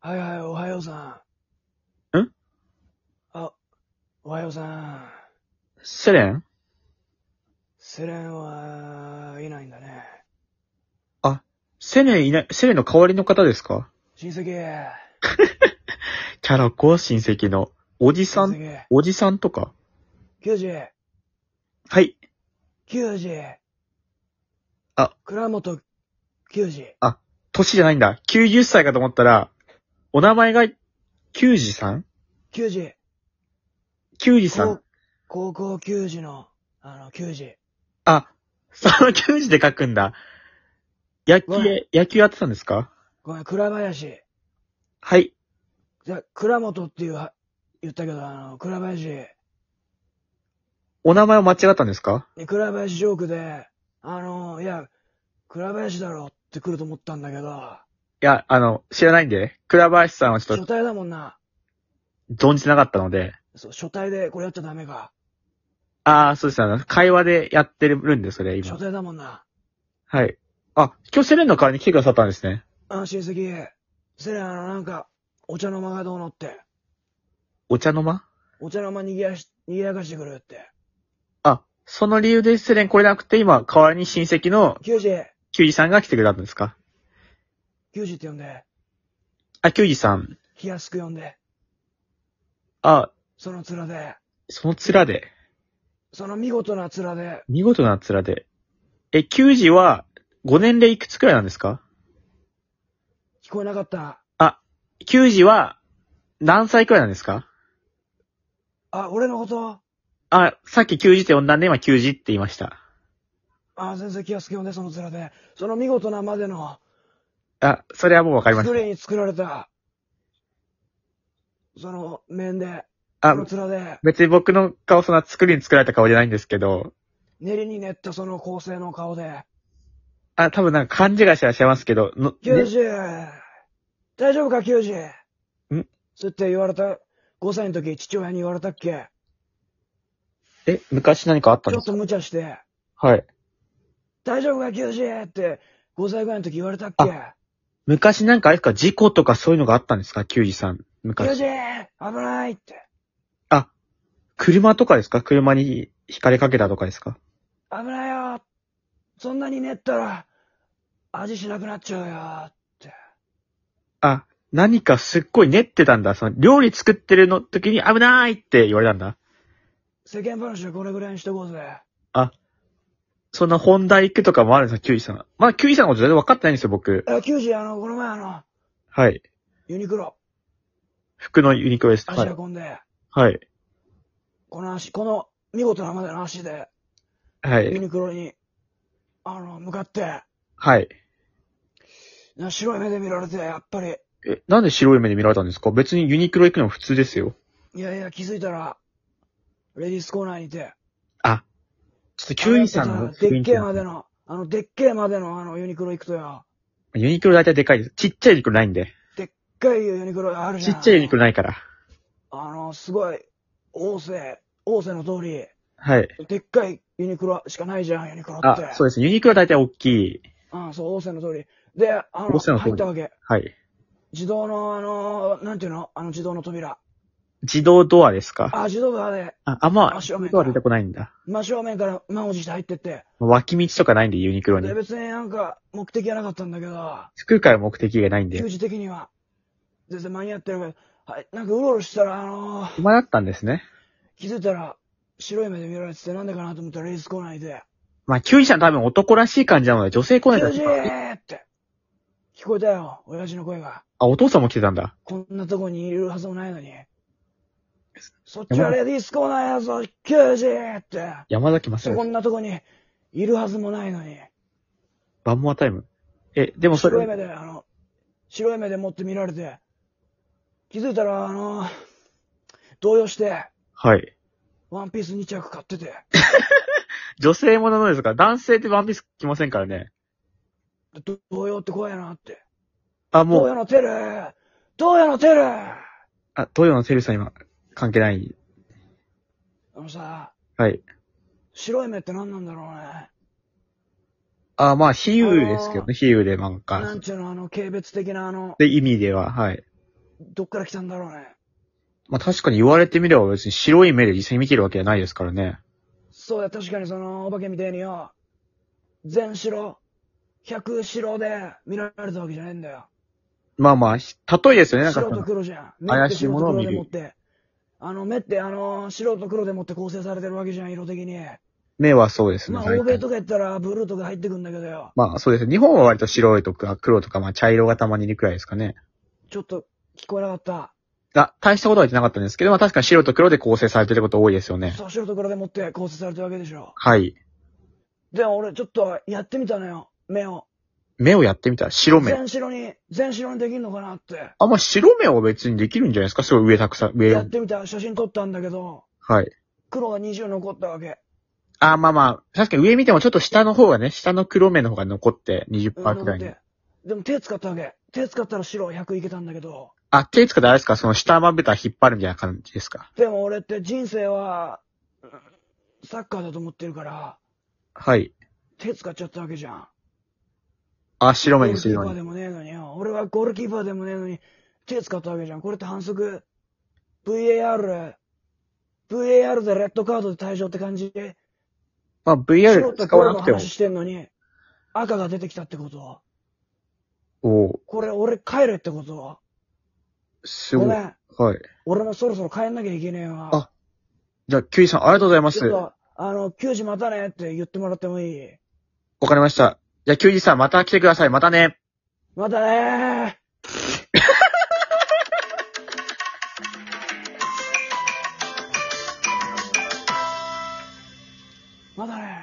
はいはい、おはようさん。んあ、おはようさん。セレンセレンはいないんだね。セレンいない、セレンの代わりの方ですか親戚。キャラ子親戚の。おじさ親ん、戚。おじさんとか。九時、はい。九時。あ。倉本九時。歳じゃないんだ。90歳かと思ったら、お名前が、球児さん九時。球児さ高ん。高校球児の、あの、球児。あ、その球児で書くんだ。野球ごめん、野球やってたんですかごめん、倉林。はい。じゃ、倉本っていうは、言ったけど、あの、倉林。お名前を間違ったんですかで、倉林ジョークで、あの、いや、倉林だろって来ると思ったんだけど、いや、あの、知らないんで、倉林さんはちょっ初対だもんな。と存じてなかったので、そう、初対でこれやっちゃダメか。ああ、そうですねあの。会話でやってるんで、それ、今初。対だもんな。はい。あ、今日セレンの代わりに来てくださったんですね。あ、親戚。セレン、あの、なんか、お茶の間がどうのって。お茶の間お茶の間にぎやし、にぎやかしてくるって。あ、その理由でセレン来れなくて、今、代わりに親戚の球児、球児さんが来てくれたんですか球児って呼んで、あ、球児さん。冷やすく呼んで、あ、その面で、その面で。その見事な面で、見事な面で。え、球児は、5年齢いくつくらいなんですか聞こえなかった。球児は、何歳くらいなんですかあ、俺のことあ、さっき球児って呼んだんで、今球児って言いました。あ、先生、気安く呼んで、その面で。その見事なまでの、あ、それはもうわかりまし作りに作られた、その面で、た。そあの、面で、別に僕の顔そんな作りに作られた顔じゃないんですけど、練りに練ったその構成の顔で、あ、多分なんか勘違いしてらっしゃいますけど、の、九ね十、大丈夫か、九十。んつって言われた、5歳の時、父親に言われたっけえ、昔何かあったんちょでっすかと無茶して、はい。大丈夫か、九十って、5歳ぐらいの時言われたっけ昔なんかあれですか、事故とかそういうのがあったんですか球児さん。九昔。十危ないって。車とかですか車に惹かれかけたとかですか危ないよそんなに練ったら、味しなくなっちゃうよあ、何かすっごい練ってたんだ。その、料理作ってるの時に危ないって言われたんだ。世間話はこれぐらいにしとこうぜ。そんな本題行くとかもあるんですか球児さん。まだ球児さんのこと全然分かってないんですよ、僕。あ、九十あの、この前あの、はい。ユニクロ、服のユニクロです。は足い。運んで、はい。この足、この、見事なまでの足で、はユい。ニクロに、あの、向かって、はい。な白い目で見られて、やっぱり、え、なんで白い目で見られたんですか別にユニクロ行くのも普通ですよ。いやいや、気づいたら、レディースコーナーにいて、ちょっと球児さんあのので雰っけ囲気えまでの、あの、でっけえまでの、あの、ユニクロ行くとよ、ユニクロ大体でかいです。ちっちゃいユニクロないんで。でっかいユニクロあるじちゃん。っちゃいユニクロないから。あの、すごい、大勢、大勢の通り、はい。でっかいユニクロしかないじゃん、ユニクロって。あ、そうですね。ユニクロは大体大きい。あそう、大勢の通り。で、あの、大勢の通り入ったわけ。はい。自動の、あの、なんていうのあの自動の扉。自動ドアですかあ、自動ドアで、あ、あんま、あ自正動面ドア出たくないんだ。真正面から満を持して入ってって。脇道とかないんで、ユニクロにで、。別になんか、目的はなかったんだけど、服から目的がないんで給。仕的には、全然間に合ってるから、はい、なんかうろうろしてたら、あのー暇だったんですね。気づいたら、白い目で見られてて、なんでかなと思ったら、レースコーナーにいて、まあ、球児さん多分男らしい感じなので、女性来ない給だ仕ーって、聞こえたよ、親父の声が。あ、お父さんも来てたんだ。こんなとこにいるはずもないのに。そっちはレディースコーナーやぞ、給仕ーって。山崎そ正こ義。んなとこにいるはずもないのに。バンモアタイム。え、でもそ白い目れ、で、あの、白い目で持って見られて、気づいたら、あのー動揺して、はい。ワンピース2着買ってて。女性もののですか男性ってワンピース着ませんからね。どうよって怖いなって。あ、どうもう、やのテルどうやのテルああ、東洋のセリフさん今、関係ない。のさ、はい。白い目って何なんだろうね。あ、まあ、比喩ですけどあーね、比喩で、なんか。なんちゅうの、あの、軽蔑的なあの、で、意味では、はい。どっから来たんだろうね。まあ確かに言われてみれば別に白い目で実際に見てるわけじゃないですからね。そうだ、確かにその、お化けみたいによ、全白、百白で見られたわけじゃねえんだよ。まあまあ、ひ例えですよね、なんかそ白との。黒じゃん。怪しいものを見る目って白と黒でもってあの、目ってあの、白と黒でもって構成されてるわけじゃん、色的に。目はそうですね。まあ、大体欧米とかやったら、ブルーとか入ってくんだけどよ。まあそうですね。日本は割と白いとか黒とか、まあ茶色がたまにいるくらいですかね。ちょっと、聞こえなかった。あ、大したことは言ってなかったんですけど、まあ確かに白と黒で構成されてること多いですよね。そう、白と黒でもって構成されてるわけでしょ。はい。でも俺、ちょっと、やってみたのよ、目を。目をやってみたら白目。全白に、全白にできんのかなって。あ、まあ白目は別にできるんじゃないですかすごい上たくさん、上やをっ。てみた、写真撮ったんだけど、はい。黒が20残ったわけ。あ、まあまあ、確かに上見てもちょっと下の方がね、下の黒目の方が残って20%うんくらいに。ででも手使ったわけ。手使ったら白100いけたんだけど。あ、手つかであれですかその下まぶた引っ張るみたいな感じですかでも俺って人生は、うんサッカーだと思ってるから、はい。手使っちゃったわけじゃん。あ、白ゴー目にルキするーのパーに。でもねえのによ。俺はゴールキーパーでもねえのに、手使ったわけじゃん。これって反則。VAR。VAR でレッドカードで退場って感じ。まあ白 VR と使わ黒のなくても話。してんのに、赤が出てきたってこと。おーこれ俺帰れってこと。すごごい。めはい。ん。俺もそろそろ帰んなきゃいけねえわ。あじゃあ、キュウイさんありがとうございまちす。ょっわと、あの、給仕またねって言ってもらってもいいかりました。じゃあ、キュウイさんまた来てください。またね。またねー またねー